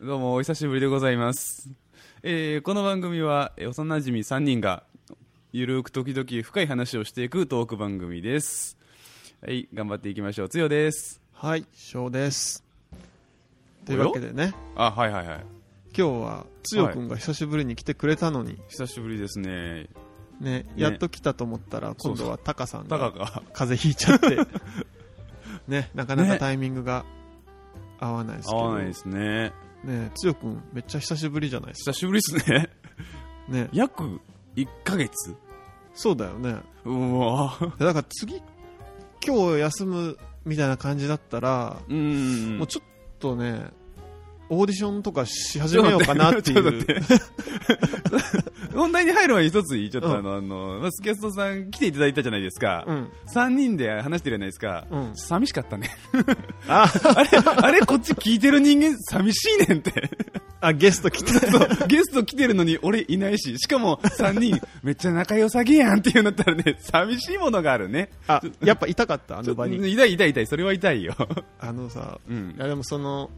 どうもお久しぶりでございます、えーこの番組はえー幼馴染3人がゆるく時々深い話をしていくトーク番組ですはい頑張っていきましょうつよですはい、翔です。というわけでね、あはいはいはい今日は、つよくんが久しぶりに来てくれたのに、久しぶりですねね、やっと来たと思ったら、今度はタカさんたかがが風邪ひいち ゃって、ね、なかなかタイミングが合わないですけ合ど、わないですねね、つよくんめっちゃ久しぶりじゃないですか。久しぶりですねね、 約1ヶ月そうだよね。うわーだから次、今日休むみたいな感じだったら、うーんもうちょっとね、オーディションとかし始めようかなっていちょとう。待って 問題に入る前に一ついいちょっとあの、あのまあ、スキャストさん来ていただいたじゃないですか、うん、三3人で話してるじゃないですか、うん寂しかったね ああれあれこっち聞いてる人間寂しいねん ってあ、ゲスト来た。そうゲスト来てるのに俺いないししかも3人めっちゃ仲良さげやんっていうのったらね寂しいものがあるね あ、やっぱ痛かった、あちょの場に。痛い痛い痛いそれは痛いよ あのさ、うんいやでもその、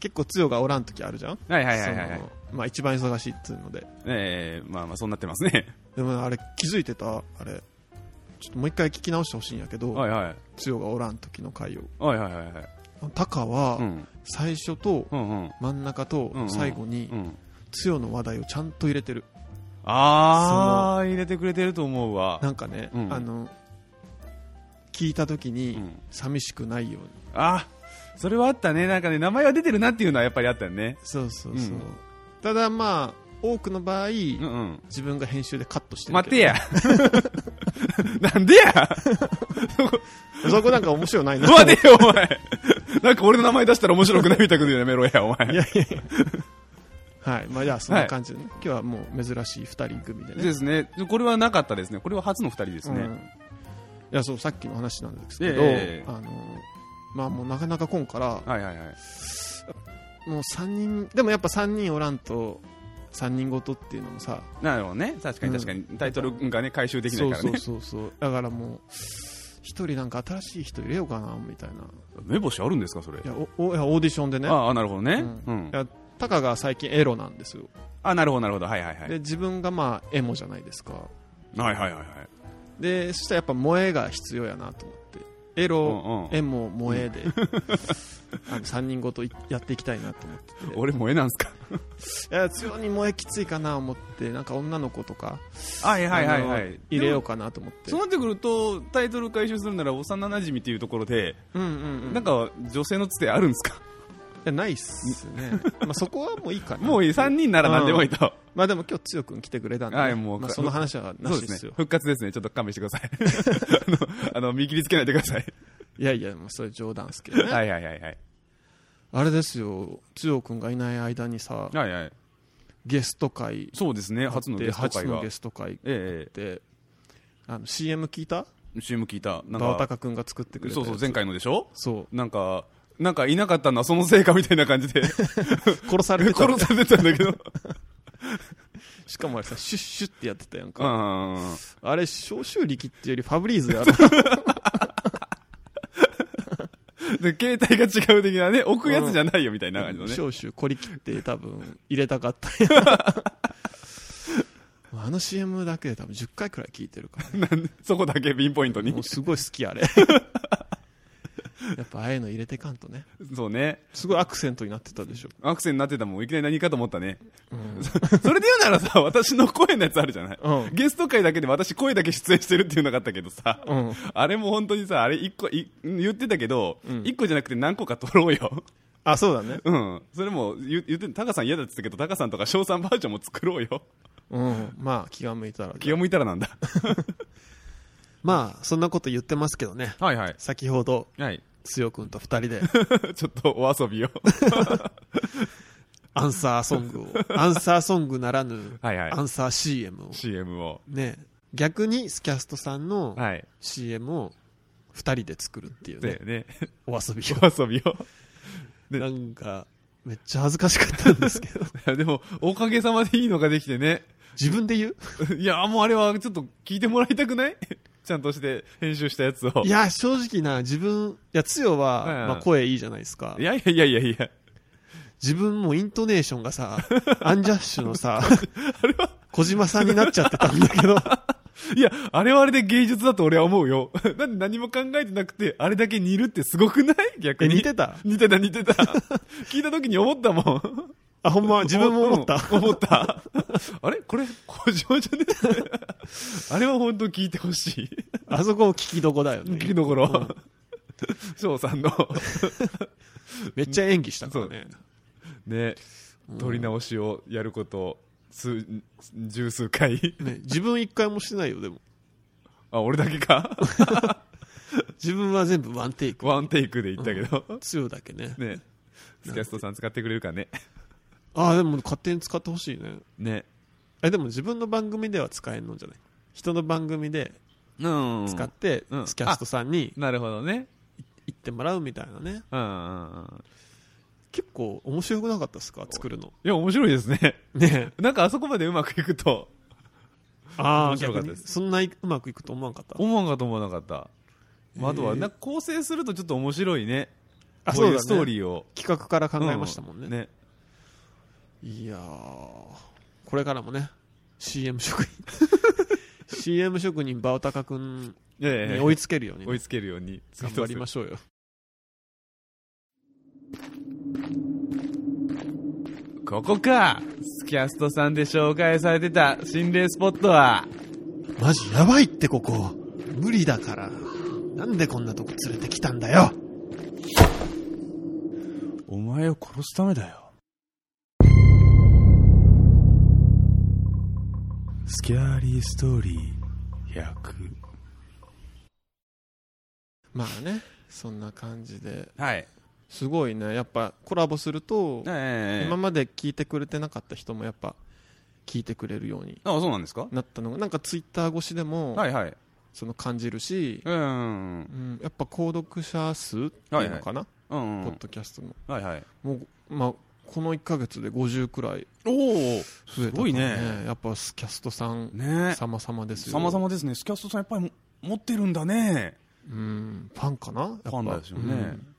結構強がおらん時あるじゃんはいはいはいはいはいそのまあ一番忙しいっつうので。ええまあまあそうなってますねでもあれ気づいてたあれ。ちょっともう一回聞き直してほしいんやけど、はいはい強がおらん時の回を。はいはいはいはいタカはう、ん最初とうんうん真ん中とうんうん最後にう、ん強の話題をちゃんと入れてる。ああ入れてくれてると思うわなんかね、うんあの、聞いた時うにん寂しくないように。あそれはあったねなんかね名前は出てるなっていうのはやっぱりあったよねそうそうそう。うんただまあ、多くの場合、うんうん自分が編集でカットしてる待けっどてや なんでや そこなんか面白いないな。 待てよお前なんか俺の名前出したら面白くないみたいなことやめろやお前いやいやいやはい。まあじゃあそんな感じでね、今日はもう珍しい二人組でね。ですねこれはなかったですねこれは初の二人ですうんねいや、そう、さっきの話なんですけど、ええあの、まあもうなかなか今から、はいはいはいもう三人、でもやっぱ三人おらんと、三人ごとっていうのもさ、なるほどね確かに確かにタイトルがね回収できなそいうからそうねそうそう。だからもう、一人なんか新しい人入れようかな、みたいな。目星あるんですかそれいや、おおいやオーディションでね、ああなるほどねううんいや、タカが最近エロなんですよ。あなるほどなるほどはいはいはいで、自分がまあエモじゃないですか。はいはいはいはいでそしたらやっぱ萌えが必要やなと思ってエロ、うんうんエモ萌えで、 あの3人ごといやっていきたいなと思ってて俺もえなんすかいや強に萌えきついかな思ってなんか女の子とか、はいはいはいはあのい入れようかなと思ってそうなってくるとタイトル回収するなら幼なじみっていうところで、うんうんうんなんか女性のつてあるんですか、いやないっすね まあそこはもういいかなもういい3人なら何でもいいと、まあでも今日強くん来てくれたんで、はいもうまあ、その話はなそうしでですすねよ復活ですねちょっと勘弁してください あのあの見切りつけないでください、いやいやもうそれ冗談っすけどね、はいはいはいはいあれですよ強くんがいない間にさはいはいゲスト会そうですね初のゲでスト初会がのゲスト会っええてあの CM 聞いたええ CM 聞いたなんバオタかカ君が作ってくれたそうそう前回のでしょそうなんかなんかいなかったのはそのせいかみたいな感じ で 殺されてた殺されてたんだけどしかもあれさシュッシュッってやってたやん うんか、うんうんあれ消臭力っていうよりファブリーズやろで携帯が違う的なね置くやつじゃないよみたいな感じのね、消臭凝り切って多分入れたかったん やあの CM だけで多分10回くらい聞いてるから、なんでそこだけピンポイントにもうすごい好きあれやっぱああいうの入れてかんとねそうねすごいアクセントになってたでしょアクセントになってたもんいきなり何かと思ったね、 それで言うならさ私の声のやつあるじゃない、うんゲスト会だけで私声だけ出演してるっていうのがあったけどさ、うんあれも本当にさあれ一個い言ってたけど、一個じゃなくて何個か取ろうよあそうだねうんそれも言言ってタカさん嫌だって言ってたけどタカさんとか翔さんバージョンも作ろう ようんまあ気が向いたら気が向いたらなんだまあそんなこと言ってますけどねはいはい先ほどはい強くんと2人で ちょっとお遊び をアンサーソン グを、アンサーソングならぬ、はいはいアンサー CM を、 CM をね、逆にスキャストさんのはい CM を二人で作るっていうだねよ、ね お遊 びを。お遊びを でなんか、めっちゃ恥ずかしかったんですけど、 いやでもおかげさまでいいのができてね自分で言う いや、もうあれはちょっと聞いてもらいたくない ちゃんとして編集したやつを。いや、正直な、自分、いや、つようは、んまあ、声いいじゃないですかい。やいやいやいやいや。自分もイントネーションが さ、アンジャッシュの さ、小島さんになっちゃってたんだけど、いや、あれはあれで芸術だと俺は思うよ。 だって何も考えてなくて、あれだけ似るってすごくない逆えに。似てた似てた、似てた。 聞いた時に思ったもん。あ、ほん ま、自分も 思った。うん 思った。あれこれ、小島じゃね あれは本当聞いてほしい。あそこも聞きどこだよ聞ね。きどころ。翔さんの、 めっちゃ演技したからね。ね、撮り直しをやること、数、十数回。ね自分一回もしてないよ、でも。あ、俺だけか 自分は全部ワンテイク。ワンテイクで言ったけど。強だけね。ね。スキャストさん使ってくれるかね。ああ、でも勝手に使ってほしいね。ね。え、でも自分の番組では使えんのじゃない人の番組でうん。使ってう、んスキャストさんになるほどね。行ってもらうみたいなね。うんうんうん。結構面白くなかったですか作るの。いや、面白いですね。ねなんかあそこまでうまくいくと、ああ、 面白かっ逆たでに。すそんなうまくいくと思わんかった。思わんかと思わなかった。まあ、あとは、えーなんか構成するとちょっと面白いね。あこうそいうだうねストーリーを。企画から考えましたもんね。うね。いやー、これからもね、CM 職人。CM 職人、バオタカ君いやいやいにや追いつけるよう に追ね、いつけるように。頑張りましょうよ。ここかスキャストさんで紹介されてた心霊スポットは、マジやばいってここ。無理だから。なんでこんなとこ連れてきたんだよ。お前を殺すためだよ。スキャーリーストーリー100。まあね、そんな感じで。はい。すごいね、やっぱコラボすると、ええ今まで聞いてくれてなかった人もやっぱ聞いてくれるようにあ、そうなんですかなったのが、なんかツイッター越しでも、はいはい。その感じるし、うん。うん、やっぱ購読者数っていうのかな、うん。ポッドキャストの。はいはい。もう、まあ、この1ヶ月で50くらいおお増えたすごいねからやっぱスキャストさん、ね様々ですよ。様々ですね。スキャストさんやっぱりも持ってるんだね。うん、ファンかなやっぱファンですよねうん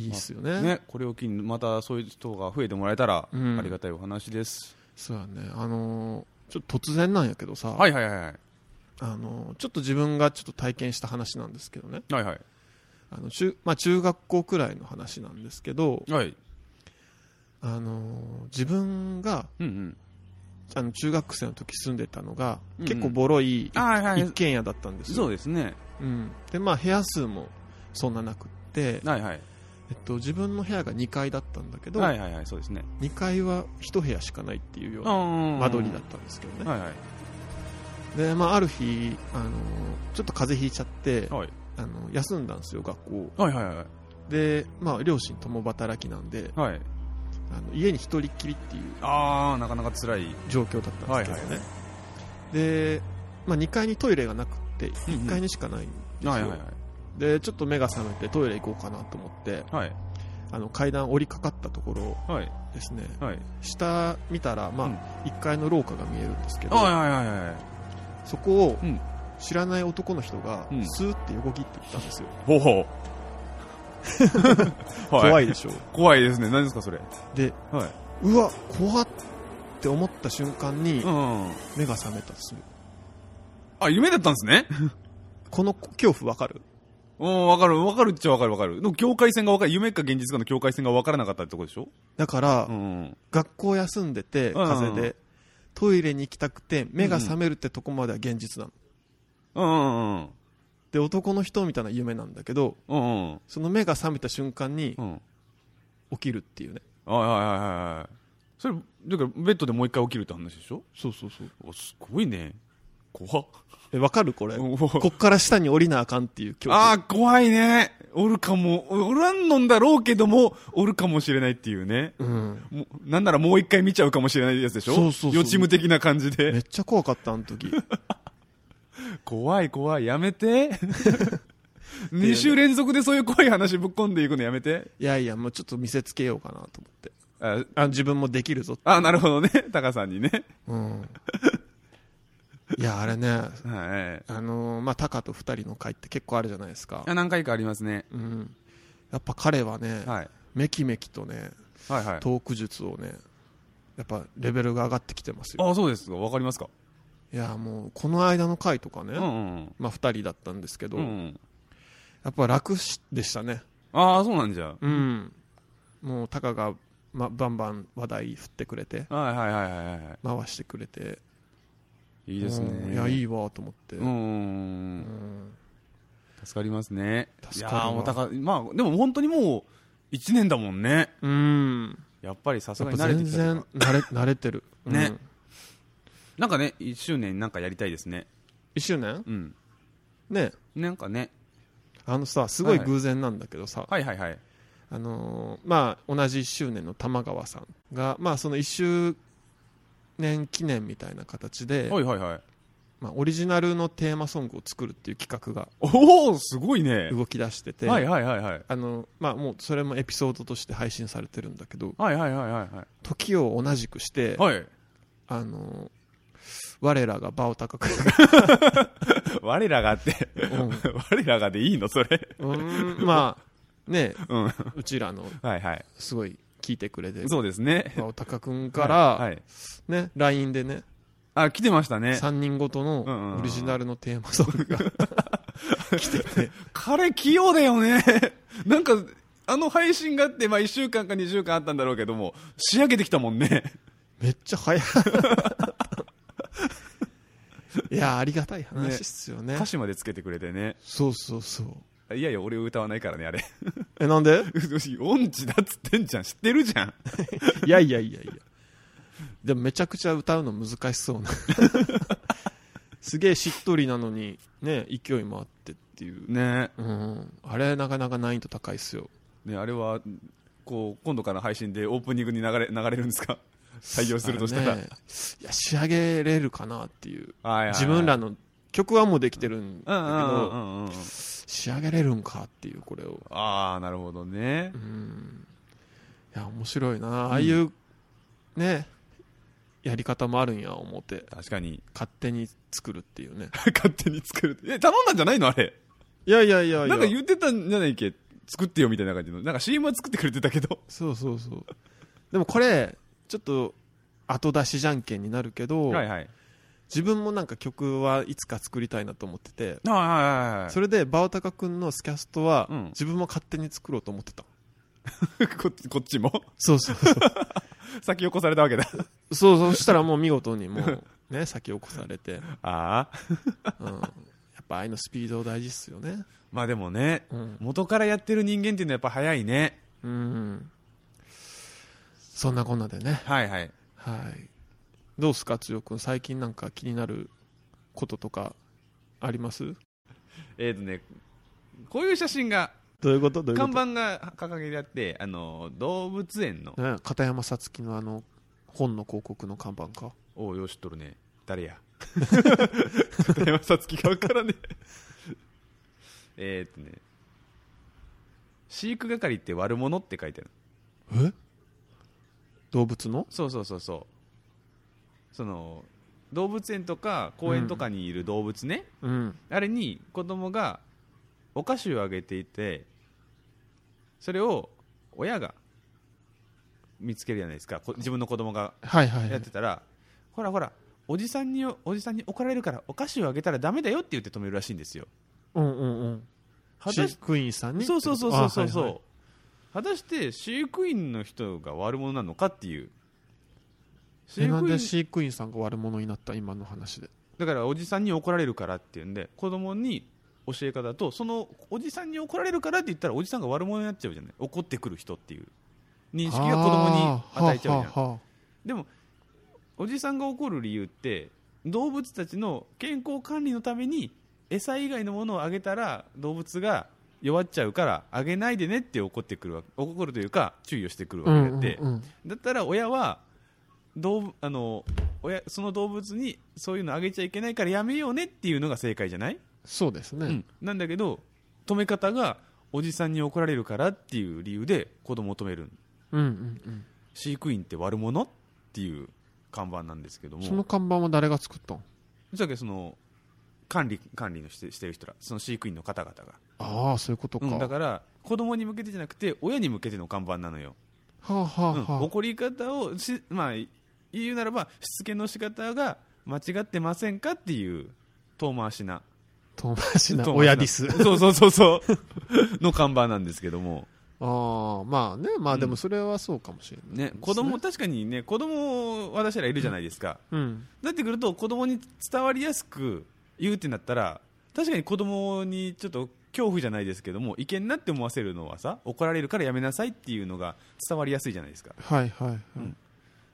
いいっすよね。ね。これを機にまたそういう人が増えてもらえたら、うんありがたいお話です。そうやね。あのーちょっと突然なんやけどさ、はいはいはいはい。あのーちょっと自分がちょっと体験した話なんですけどね。はいはい。あの中まあ、中学校くらいの話なんですけど、はい。あのー自分がうんうん。あの中学生の時住んでたのが、うんうん結構ボロいあはいは一い。軒家だったんですよそうですね。うん、でまあ部屋数もそんななくって、はいはい。えっと、自分の部屋が2階だったんだけど、はいはいはい。そうですね。 2階は1部屋しかないっていうような間間取りだったんですけどね、はいはい。でまあ、ある日、あのーちょっと風邪ひいちゃって、はいあの休んだんですよ学校はいはいはで、まあ、両親共働きなんでい。はい。あの家に一人っきりっていうあー、なかなか辛い。状況だったんですけどね、はいはいで、まあ、2階にトイレがなくってうんうん1階にしかないんですよ、はいはいはい。でちょっと目が覚めてトイレ行こうかなと思ってはい。あの階段降りかかったところはい。ですねはい。下見たら、まうんあ、1階の廊下が見えるんですけど、はいはいはいはい。そこをうん知らない男の人がうんスーって横切っていったんですよ、ほうほう。 怖いでしょ怖いですね。何ですか、それ。ではい。うわ怖っって思った瞬間にうん。目が覚めたんですよあ、夢だったんですね。この恐怖わかるうん、わかる。わかるっちゃわかるわかる。の境界線がわかる。夢か現実かの境界線がわからなかったってことでしょだから、うん。学校休んでてうん風邪でトイレに行きたくて目が覚めるってとこまでは現実なのうんうんうん。で男の人みたいな夢なんだけどうんうん。その目が覚めた瞬間にうん。起きるっていうねはいはいはいはいはい。それ、だからベッドでもう一回起きるって話でしょそうそうそうおすごいね。怖っ。えわかるこれうこんっから下に降りなあかんっていう恐怖ああ、怖いね。おるかも。おおらんのんだろうけども、おるかもしれないっていうね。うんもうなんならもう一回見ちゃうかもしれないやつでしょそうそうそう予知夢的な感じめで。っちゃ怖かったあ の時怖い怖い、やめて。2週連続でそういう怖い話ぶっ込んでいくのやめて。いやいやもうちょっと見せつけようかなと思ってあ、あ自分もできるぞあなるほどね。 タカさんにね。うんいやあれねはい。あのーまあタカと2人の会って結構あるじゃないですかあ何回かありますね。うんやっぱ彼はね、はい。めきめきとねはいはいトーク術をねやっぱレベルが上がってきてますよあそうですかわかりますかいやもうこの間の回とかね、うんうんまあ2人だったんですけど、うんうんやっぱ楽しでしたねああそうなんじゃうんもうタカが、ま、バンバン話題振ってくれてはいはいはいはいは回してくれていいいですうんねいやいいいわと思って、うんうんうんうん助かりますね助かるわいやーお高いまあでも本当にもう1年だもんねうんやっぱりさすやがっにぱ慣れて全きたという然か慣れ慣れてる、ねうん、なんかね1周年なんかやりたいですね1周年うんねなんかねあのさすごいはいはい偶然なんだけどさ、はいはいはいあのーまあ同じ1周年の玉川さんがまあその1周年記念みたいな形で、はいはいはいまあ、オリジナルのテーマソングを作るっていう企画がおおすごいね動き出してて、はいはいはいはいあのまあ、もうそれもエピソードとして配信されてるんだけどはいはいはいはいは時を同じくして、い はいあの我らが場を高く 我らがあって我らがでいいのそれうんうん まあねうんはうちらのいはいすごい聞いてくれて そうですね場を高くんから、はいはいね LINE でねあ来てましたね3人ごとうんうんうんのオリジナルのテーマソング が来てて彼器用だよね なんかあの配信があって、まあ、1週間か2週間あったんだろうけども仕上げてきたもんねめっちゃ早い いやありがたい話っすよね歌詞までつけてくれてねそうそうそういやいや俺歌わないからねあれ えなんで音痴だっつってんじゃん知ってるじゃん いやいやいやいやでもめちゃくちゃ歌うの難 しそうなすげえしっとりなのにね勢いもあってっていう、ねうん、あれなかなか難易度高いっすよねあれはこう今度から配信でオープニングに流れ流れるんですか採用するとしたら、あれねいや仕上げれるかなっていうはいはいはい自分らの曲はもうできてるんうんうんだけうんうどんうん仕上げれるんかっていうこれをああなるほどねうんいや面白いなああいうねやり方もあるんや思って確かに 勝手に作るっていうね勝手に作るえ頼んだんじゃないのあれいやいやいやいなやんか言ってたんじゃないっけ作ってよみたいな感じのなんか CM は作ってくれてたけどそうそうそうでもこれちょっと後出しじゃんけんになるけど、はいはい自分もなんか曲はいつか作りたいなと思っててあはいはいはいそれでバオタカ君のスキャストは、うん自分も勝手に作ろうと思ってたこっちこっちも そう そうそう先を越されたわけだそうそうしたらもう見事にもうね先を越されて、 ああうん、やっぱああいうのスピード大事っすよねまあでもねうん、元からやってる人間っていうのはやっぱ早いねうん、そんなこんなでねはいはいはいどうっすかつよくん最近なんか気になることとかありますえー、とねこういう写真がどういうことどういうこ看と板が掲げてあってあの動物園のね、片山さつきのあの本の広告の看板かおうよう知っとるね誰 や片山さつきが分からねええーっとね飼育係って悪者って書いてあるえ動物のそうそうそうそうその動物園とか公園とかにいる動物ね、うんあれに子供がお菓子をあげていてそれを親が見つけるじゃないですかこ自分の子供がはいはいやってたら、ほらほらおじさんにおじさんに怒られるからお菓子をあげたらダメだよって言って止めるらしいんですようんうんうん果飼たし育員さんにそうそうそうそうそうそう、あはいはい果たして飼育員の人が悪者なのかっていう飼えなん育で員飼育員さんが悪者になった今の話でだからおじさんに怒られるからっていうんで子供に教え方とそのおじさんに怒られるからって言ったらおじさんが悪者になっちゃうじゃない怒ってくる人っていう認識が子供に与えちゃうじゃんあーはあはあはあでもおじさんが怒る理由って動物たちの健康管理のために餌以外のものをあげたら動物が弱っちゃうからあげないでねって怒ってくるわけ怒るというか注意をしてくるわけであって、うんうんうんだったら親は動物あの親その動物にそういうのあげちゃいけないからやめようねっていうのが正解じゃない、そうですね、うんなんだけど止め方がおじさんに怒られるからっていう理由で子供を止めるうんうん飼育員って悪者っていう看板なんですけどうもん、その看板は誰が作ったんそしたらその管理管理のしてしてる人らその飼育員の方々がああそういうことか,、うんだから子供に向けてじゃなくて親に向けての看板なのよはあ、はあうんはあ怒り方をし、まあ、言うならばしつけの仕方が間違ってませんかっていう遠回しな遠回しな遠回しな親ディスそうそうそうそう の看板なんですけども、ああまあねまあでもそれはそうかもしれない、ね、子供確かにね子供私らいるじゃないですか、うんなってくると子供に伝わりやすく言うってなったら確かに子供にちょっと恐怖じゃないですけどもいけんなって思わせるのはさ怒られるからやめなさいっていうのが伝わりやすいじゃないですかはいはいはい、ん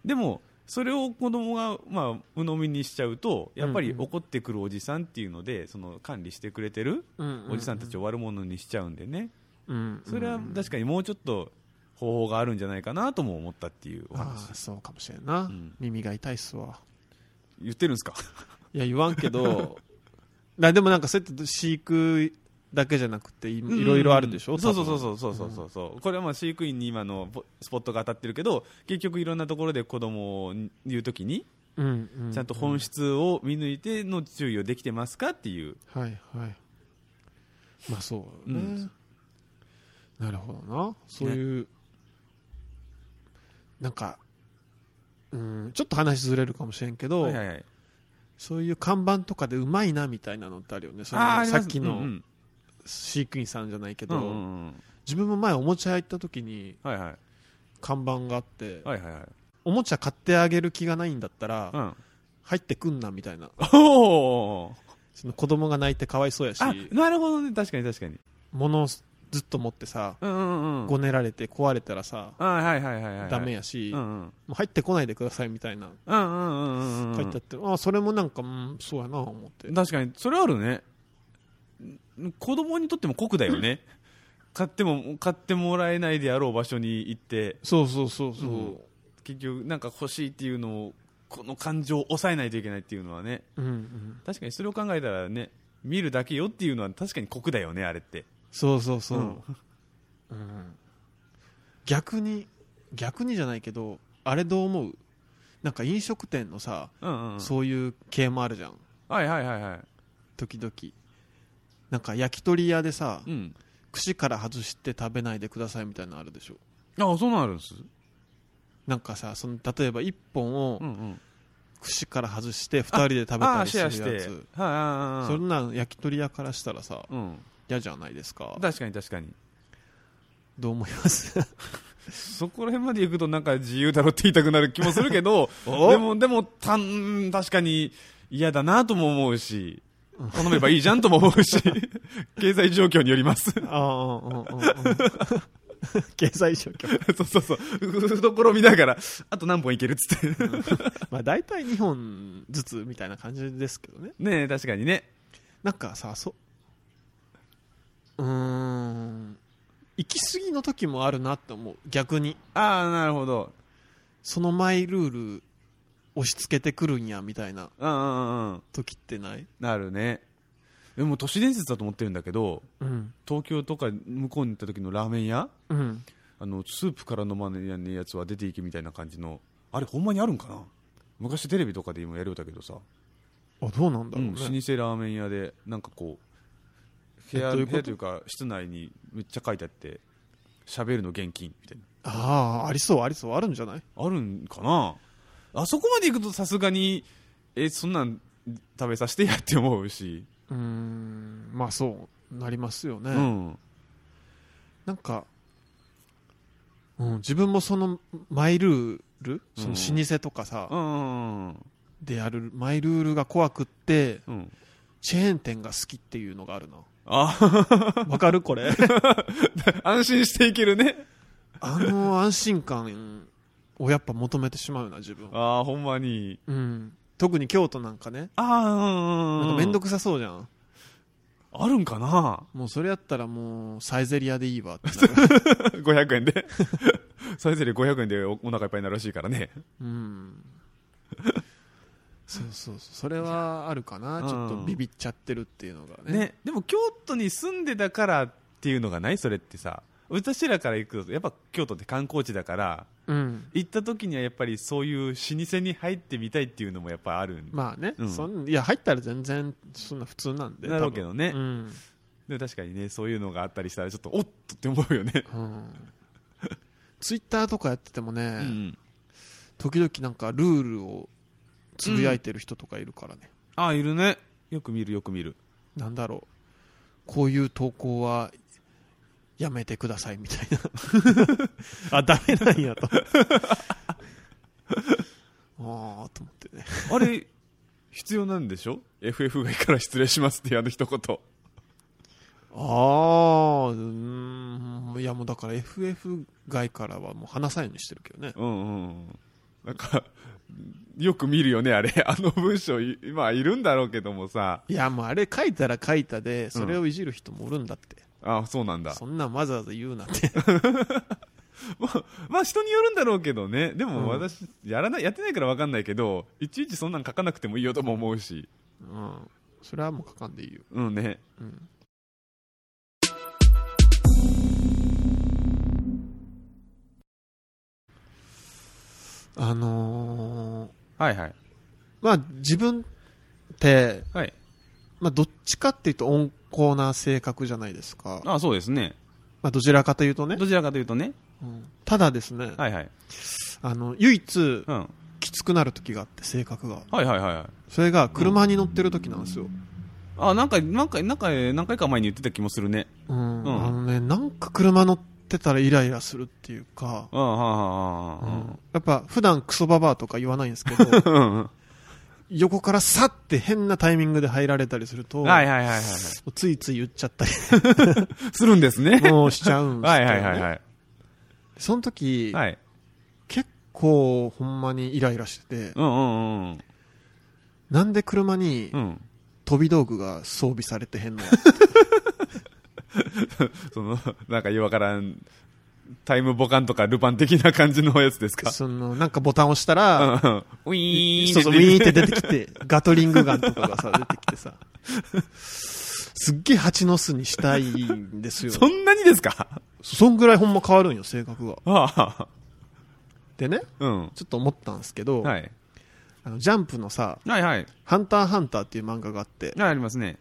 でもそれを子供がまあ鵜呑みにしちゃうとやっぱりうんうん怒ってくるおじさんっていうのでその管理してくれてるうおじさんたちを悪者にしちゃうんでねうんうんそれは確かにもうちょっと方法があるんじゃないかなとも思ったっていうおあ話あそうかもしれんな、ん耳が痛いっすわ言ってるんですかいや言わんけど なでもなんかそうやって飼育だけじゃなくていいろいろあるでしょ、そうそうそううそうそうそうそうそうこれはまあ飼育員に今のポスポットが当たってるけど結局いろんなところで子供を言うときにう、うんうん、ちゃんと本質を見抜いての注意をできてますかっていうはいはいまあそううね、んなるほどなそういう、なんかうんちょっと話ずれるかもしれんけど、はいはいはいそういう看板とかでうまいなみたいなのってあるよねそのあーありさますっきうんうのん飼育員さんじゃないけうど、んうんうん自分も前おもちゃ屋行った時にはいはい看板があって、はいはいはいおもちゃ買ってあげる気がないんだったら、うん入ってくんなみたいなおおその子供が泣いてかわいそうやしあなるほどね確かに確かに物をずっと持ってさうんうんうんごねられて壊れたらさ、あはいはいはいはいダメやし、うんうもんう入ってこないでくださいみたいなうんうんうんうんうん書いてあって、あそれもなんか、うん、そうやな思って確かにそれはあるねん子供にとっても酷だよ ね買っても買ってもらえないであろう場所に行ってそうそうそうそう、結局なんか欲しいっていうのをこの感情を抑えないといけないっていうのはねうんうん、確かにそれを考えたらね見るだけよっていうのは確かに酷だよねあれってそうそうそう、ううんん逆に逆にじゃないけどあれどう思うなんか飲食店のさ、うんうんそういう系もあるじゃんはいはいはいはい時々なんか焼き鳥屋でさ、うん串から外して食べないでくださいみたいなのあるでしょあそうなんあるんですなんかさその例えば1本をうんうん串から外して2人で食べあたありシェすアるしてやはいつはいそんなん焼き鳥屋からしたらさうん嫌じゃないですか確かに確かにどう思いますそこら辺まで行くとなんか自由だろって言いたくなる気もするけど おでもでもたん確かに嫌だなとも思うし頼めばいいじゃんとも思う し経済状況によります ああうんうんうんうん 経済状況そうそうそう懐見ながらあと何本いけるっつって まあ大体2本ずつみたいな感じですけどねねえ確かにねなんかさそううーん行き過ぎの時もあるなって思う逆にああなるほどそのマイルール押し付けてくるんやみたいなうんうんうんうん時ってないなるねでも都市伝説だと思ってるんだけどうん東京とか向こうに行った時のラーメン屋うんあのスープから飲まないやつは出ていけみたいな感じのあれほんまにあるんかな昔テレビとかで今やるようだけどさ、あどうなんだう、ろうんね老舗ラーメン屋でなんかこう部え屋どういうこと部屋というか室内にめっちゃ書いてあって喋るの現金みたいああありそうありそうあるんじゃないなあるんかなあそこまで行くとさすがにえそんなん食べさせてやって思うし、うーんまあそうなりますよね、うんなんか、うん、自分もそのマイルールその老舗とかさ、うんうんでやるマイルールが怖くってうんチェーン店が好きっていうのがあるなあ わかるこれ安心していけるね あの安心感をやっぱ求めてしまうな自分ああほんまにうん特に京都なんかねああうんなうんんうんか面倒くさそうじゃん、あるんかなもうそれやったらもうサイゼリアでいいわってなる500円で サイゼリヤ500円でおお腹いっぱいになるらしいからねうん そうそうそうそれはあるかな、うんちょっとビビっちゃってるっていうのがねねでも京都に住んでたからっていうのがないそれってさ私らから行くとやっぱ京都って観光地だからうん行った時にはやっぱりそういう老舗に入ってみたいっていうのもやっぱあるん、まあね、うんそんいや入ったら全然そんな普通なんでだろうけどね多分でも確かにねそういうのがあったりしたらちょっとおっとって思うよねうん、うんツイッターとかやっててもね、うん、時々なんかルールをつぶやいてる人とかいるからね、 ああいるねよく見るよく見るなんだろうこういう投稿はやめてくださいみたいな あダメなんやとああと思ってねあれ必要なんでしょ FF 外から失礼しますってあの一言ああうーんいやもうだから FF 外からはもう話さないようにしてるけどねうんうんうんなんかよく見るよねあれ あの文章いまあいるんだろうけどもさいやもうあれ書いたら書いたでそれをいじる人もおるんだって、ああそうなんだそんなんわざわざ言うなってまあ人によるんだろうけどねでうんも私、やらないやってないから分かんないけどいちいちそんなん書かなくてもいいよとも思うしうんそれはもう書かんでいいようんねうんあのーはいはいまあ自分って、はいまあ、どっちかっていうと温厚な性格じゃないですか、ああそうですねまあ、どちらかというとね、どちらかというとねうんただですね、はいはい、あの唯一うん、はいきつくなる時があって性格がはいはいはいそれが車に乗ってる時なんですよ、あなんかなんかなんか何回か前に言ってた気もするねうんうんあのねなんか車乗ってたらイライラするっていうか、うんはあはあはあはやっぱ普段クソババアとか言わないんですけ どあうんうん横からさって変なタイミングで入られたりすると、はいはいはいはいはいもうついつい言っちゃったり するんですねもうしちゃうんですはけいど、はねいはいはいその時、はい結構ほんまにイライラしてて、うんうんうんなんで車にうん飛び道具が装備されてへんのそのなんかようわからんタイムボカンとかルパン的な感じのやつです かそのなんかボタン押したうんうら、んウィーンそうそうウィーンって出てきて、ガトリングガンとかがさ、出てき てさ、すっげえ蜂の巣にしたいんですよ。そんなにですかそんぐらいほんま変わるんよ、性格が。ああでね、うんちょっと思ったんですけど、はいあのジャンプのさ、はいはいハンターハンターっていう漫画があって、あありますね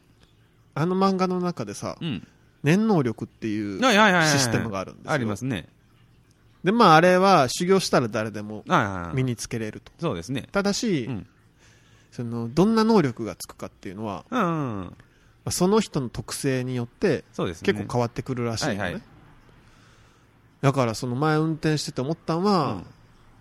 あの漫画の中でさう、ん念能力っていうはいはいはいはいシステムがあるんですよ。ありますねで、まああれは修行したら誰でもはいはいは身いにつけれると。そうですねただし、うんその、どんな能力がつくかっていうのは、うんうんうんまあその人の特性によってそうですね結構変わってくるらしいのね。はいはいだからその前運転してて思ったのは、うん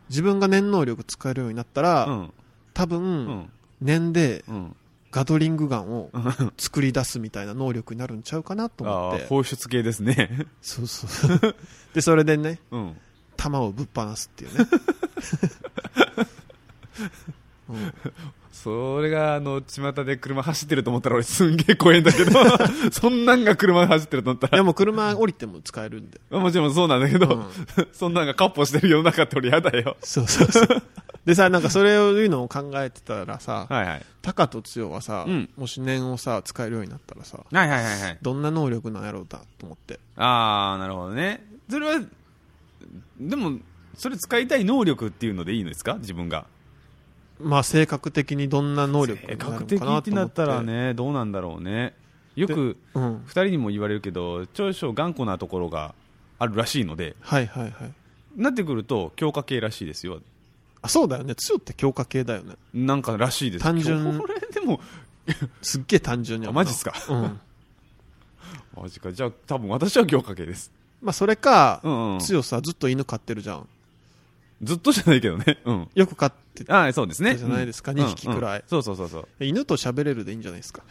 自分が念能力使えるようになったら、うん多分、うん念でうんガトリングガンをうん作り出すみたいな能力になるんちゃうかなと思あっあて放出系ですねそうそう でそれでねうん弾をぶっ放すってい うね、うんそれがあの巷で車走ってると思ったら俺すんげえ怖いんだけ どそんなんが車走ってると思ったでらも車降りても使えるんで、もちろんそうなんだけど、うん そんなんがカッポしてる世の中って俺やだよそうそうそうでさなんかそれを言うのを考えてたらさ、はいはいタカとツヨはさ、うんもし念をさ使えるようになったらさはいはいはいはいどんな能力なんやろうだと思ってああなるほどねそれはでもそれ使いたい能力っていうのでいいんですか自分がまあ性格的にどんな能力になえるのかな確と的思っっててなったらねどうなんだろうねよくうん2人にも言われるけど長所頑固なところがあるらしいのではいはいはいなってくると強化系らしいですよあそうだよね強って強化系だよねなんからしいです単純これでもすっげえ単純にあマジっすかうんマジかじゃあ多分私は強化系ですまあそれか、うん、うん、強さずっと犬飼ってるじゃんずっとじゃないけどねうんよく飼ってああそうですねじゃないですかうん二匹くらいうんそうそうそうそう犬と喋れるでいいんじゃないですか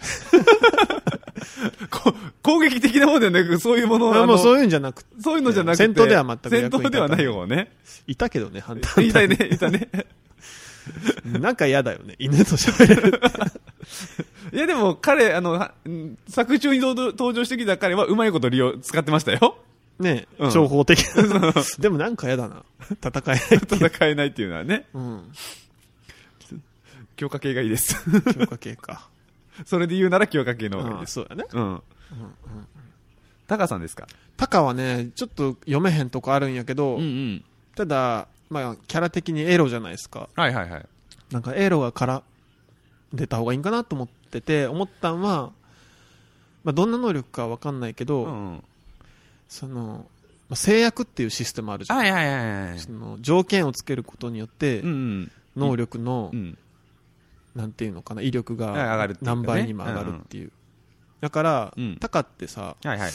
こ攻撃的なものではなくそういうものあ あのもうそうそういうんじゃなくていうのじゃなくて戦闘では全く役に立たない戦闘ではない方ねいたけどねハンター い たねいたねなんか嫌だよね犬と喋 れるいやでも彼あのはうん作中に登登場してきた彼はうまいこと利用使ってましたよ ねうん情 報的なでもなんか嫌だな戦えないっていう戦えないっていうのはねうん強化系がいいです 強化系かそれで言うなら強化系の方がいいうんですそうだねうんタカさんですかタカはねちょっと読めへんとこあるんやけど、うんただ、まあ、キャラ的にエロじゃないですかはいはいはいなんかエロがから出た方がいいんかなと思ってて思ったんは、まあ、どんな能力かわかんないけど、うんうんそのまあ、制約っていうシステムあるじゃん、はいはいはいはいその条件をつけることによってうんうん能力の、うんなんていうのかな威力はい上がるっていうかねが何倍にも上がるっていう、だから、うんタカってさはいはい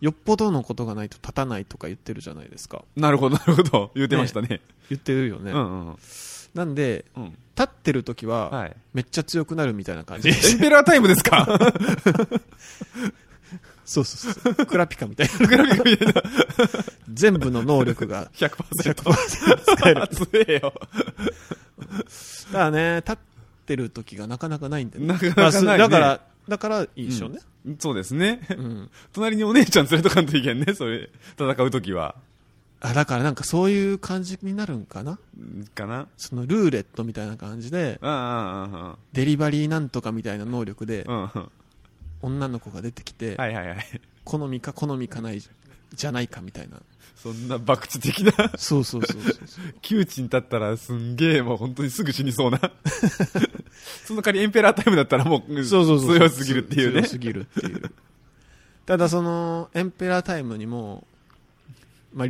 よっぽどのことがないと立たないとか言ってるじゃないですかなるほどなるほど言ってましたね言ってるよね、うんうんなんでうん立ってる時は、はいめっちゃ強くなるみたいな感じエンペラータイムです かそうそうそうクラピカみたいなグラフィックみたいな全部の能力が100% 100%使える 強えよだからね立ってる時がなかなかないんだよねなかなかないねまあだからだからいいでしょうね、そうですねうん隣にお姉ちゃん連れとかんといけんねそれ戦う時はあだからなんかそういう感じになるんかなうんかなそのルーレットみたいな感じでうんデリバリーなんとかみたいな能力でうんうんうんうん女の子が出てきて、はいはいはい好みか好みかないじゃないかみたいなそんな博打的なそうそうそうそうそう窮地に立ったらすんげえもう本当にすぐ死にそう なその代わりエンペラータイムだったらもうそうそうそう強すぎるっていうね強すぎるっていうただそのエンペラータイムにも、まあ、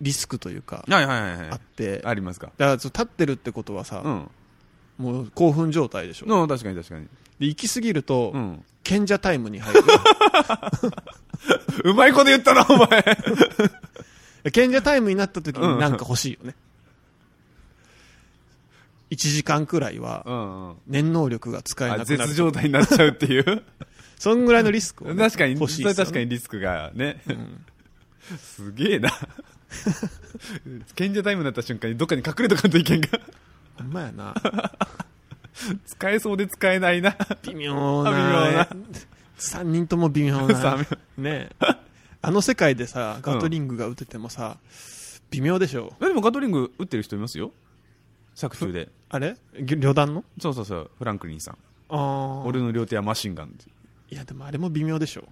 リスクというかはいはいはいあはっいてだかありますからその立ってるってことはさ、うんもう興奮状態でしょでの確かに確かに行き過ぎると、うん賢者タイム に入うまいこと言ったなお前 る賢者タイムになった時うんになんか欲しいよね、1時間くらいはうん、うん念能力が使えなあくな絶る状態になっちゃうっていう そんぐらいのリスクをね、確かに、欲しいそれですよね確かにリスクがね、んすげえな賢者タイムになった瞬間にどっかに隠れとかんといけんがほんまやな使えそうで使えないな微妙な微妙な3人とも微妙 さなねえあの世界でさガトリングが打ててもさ、微妙でしょあでもガトリング打ってる人いますよ作中であれぎ旅団のそうそうそうフランクリンさんああ俺の両手はマシンガンっていやでもあれも微妙でしょ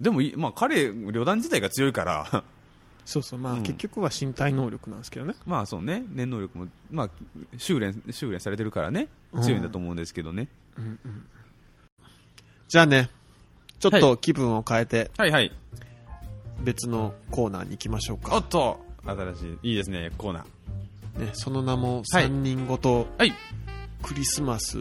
でもいい、まあ、彼旅団自体が強いから そうそうまあ、うん結局は身体能力なんですけどねまあそうね念能力も、まあ、修練修練されてるからねうん強いんだと思うんですけどね、じゃあねちょっはと気分を変えてはいはい別のコーナーに行きましょうおか、っと新しいいいですねコーナーね、その名も3人ごとはいクリスマス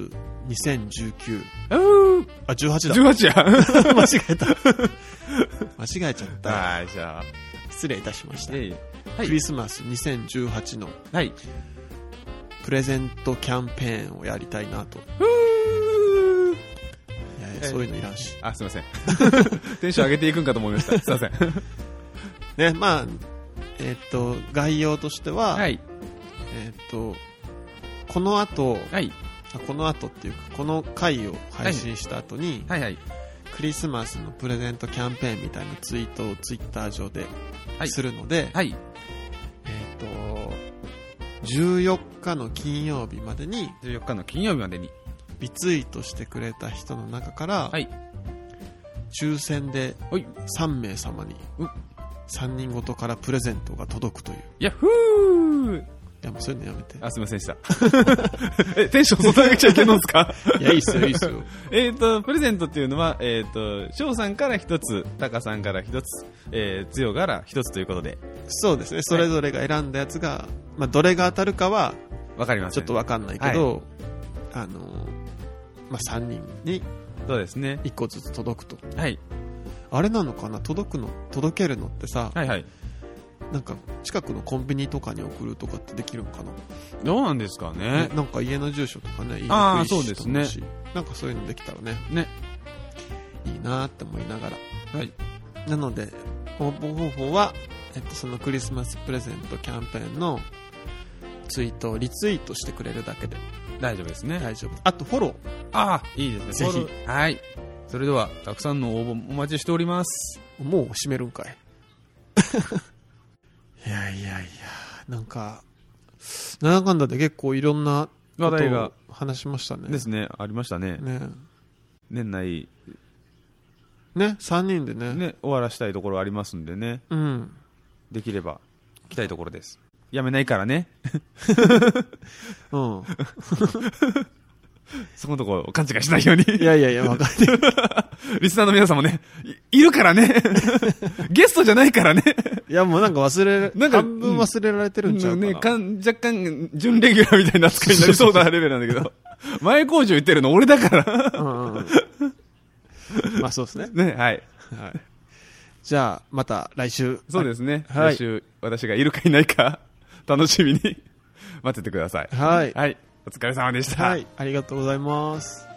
2019うーあ18だ18や 間違えた間違えちゃったはいじゃあ失礼いたしました、えはクリい、スマス2018のはい、プレゼントキャンペーンをやりたいなといやいやえそういうのいらんし、あすいません テンション上げていくんかと思いましたすいませんねまあえっと概要としては、はいえっとこの後はいあこの後っていうかこの回を配信した後に、はいはいクリスマスのプレゼントキャンペーンみたいなツイートをツイッター上ではいするので、はいえっと14日の金曜日までに14日の金曜日までにリツイートしてくれた人の中から、はい抽選ではい3名様にうん3人ごとからプレゼントが届くといういヤッフーやもうそういうのやめてあ、すみませんでした。 え、テンションそんな上げちゃいけんのんす かいやいいっすよいいっすよえっと、プレゼントっていうのは、えっ、と、翔さんから一つ、タカさんから一つ、えー、つよから一つということで、 そうですねそれぞれが選んだやつが、まあ、どれが当たるかはわかります、ちょっとわかんないけど、あのーまあ、3人にそうですね。 1個ずつ届くとはい。あれなのかな届くの届けるのってさ、はいはい。なんか近くのコンビニとかに送るとかってできるのかなどうなんですかねね。なんか家の住所とかね言いにくいしあーそうですねと思しなんかそういうのできたらねね。いいなーって思いながらはい。なので、応募方法は、えっと、そのクリスマスプレゼントキャンペーンのツイートをリツイートしてくれるだけで大丈夫ですね。大丈夫。あと、フォローああ、いいですね。ぜひフォロー。はい。それでは、たくさんの応募お待ちしております。。もう閉めるんかい。いやいやいや、なんか、なんだかんだで結構いろんなこ話と題がを話しましたね。ですね。ありましたね。ね。年内、ね、3人でね。ね、終わらしたいところありますんでね。うん。できれば、行きたいところです。やめないからね。 うん。そこのとこ勘違いしないように。 いやいやいや、わかんない。 リスナーの皆さんもね、いいるからね。ゲストことじゃないからね。いやもうなんか忘れ、ななんかんか半分忘れられてるんちゃうかな。ね、かん若干、準レギュラーみたいな扱いになりそうなレベルなんだけ ど。前工場言ってるの俺だから。うんうんうんまあそうですね。ね、はい。はい。じゃあ、また来週。そうですね。はい来週、私がいるかいないか、楽 しみに待っててください。はい。はい。お疲れ様でした。はい。ありがとうございます。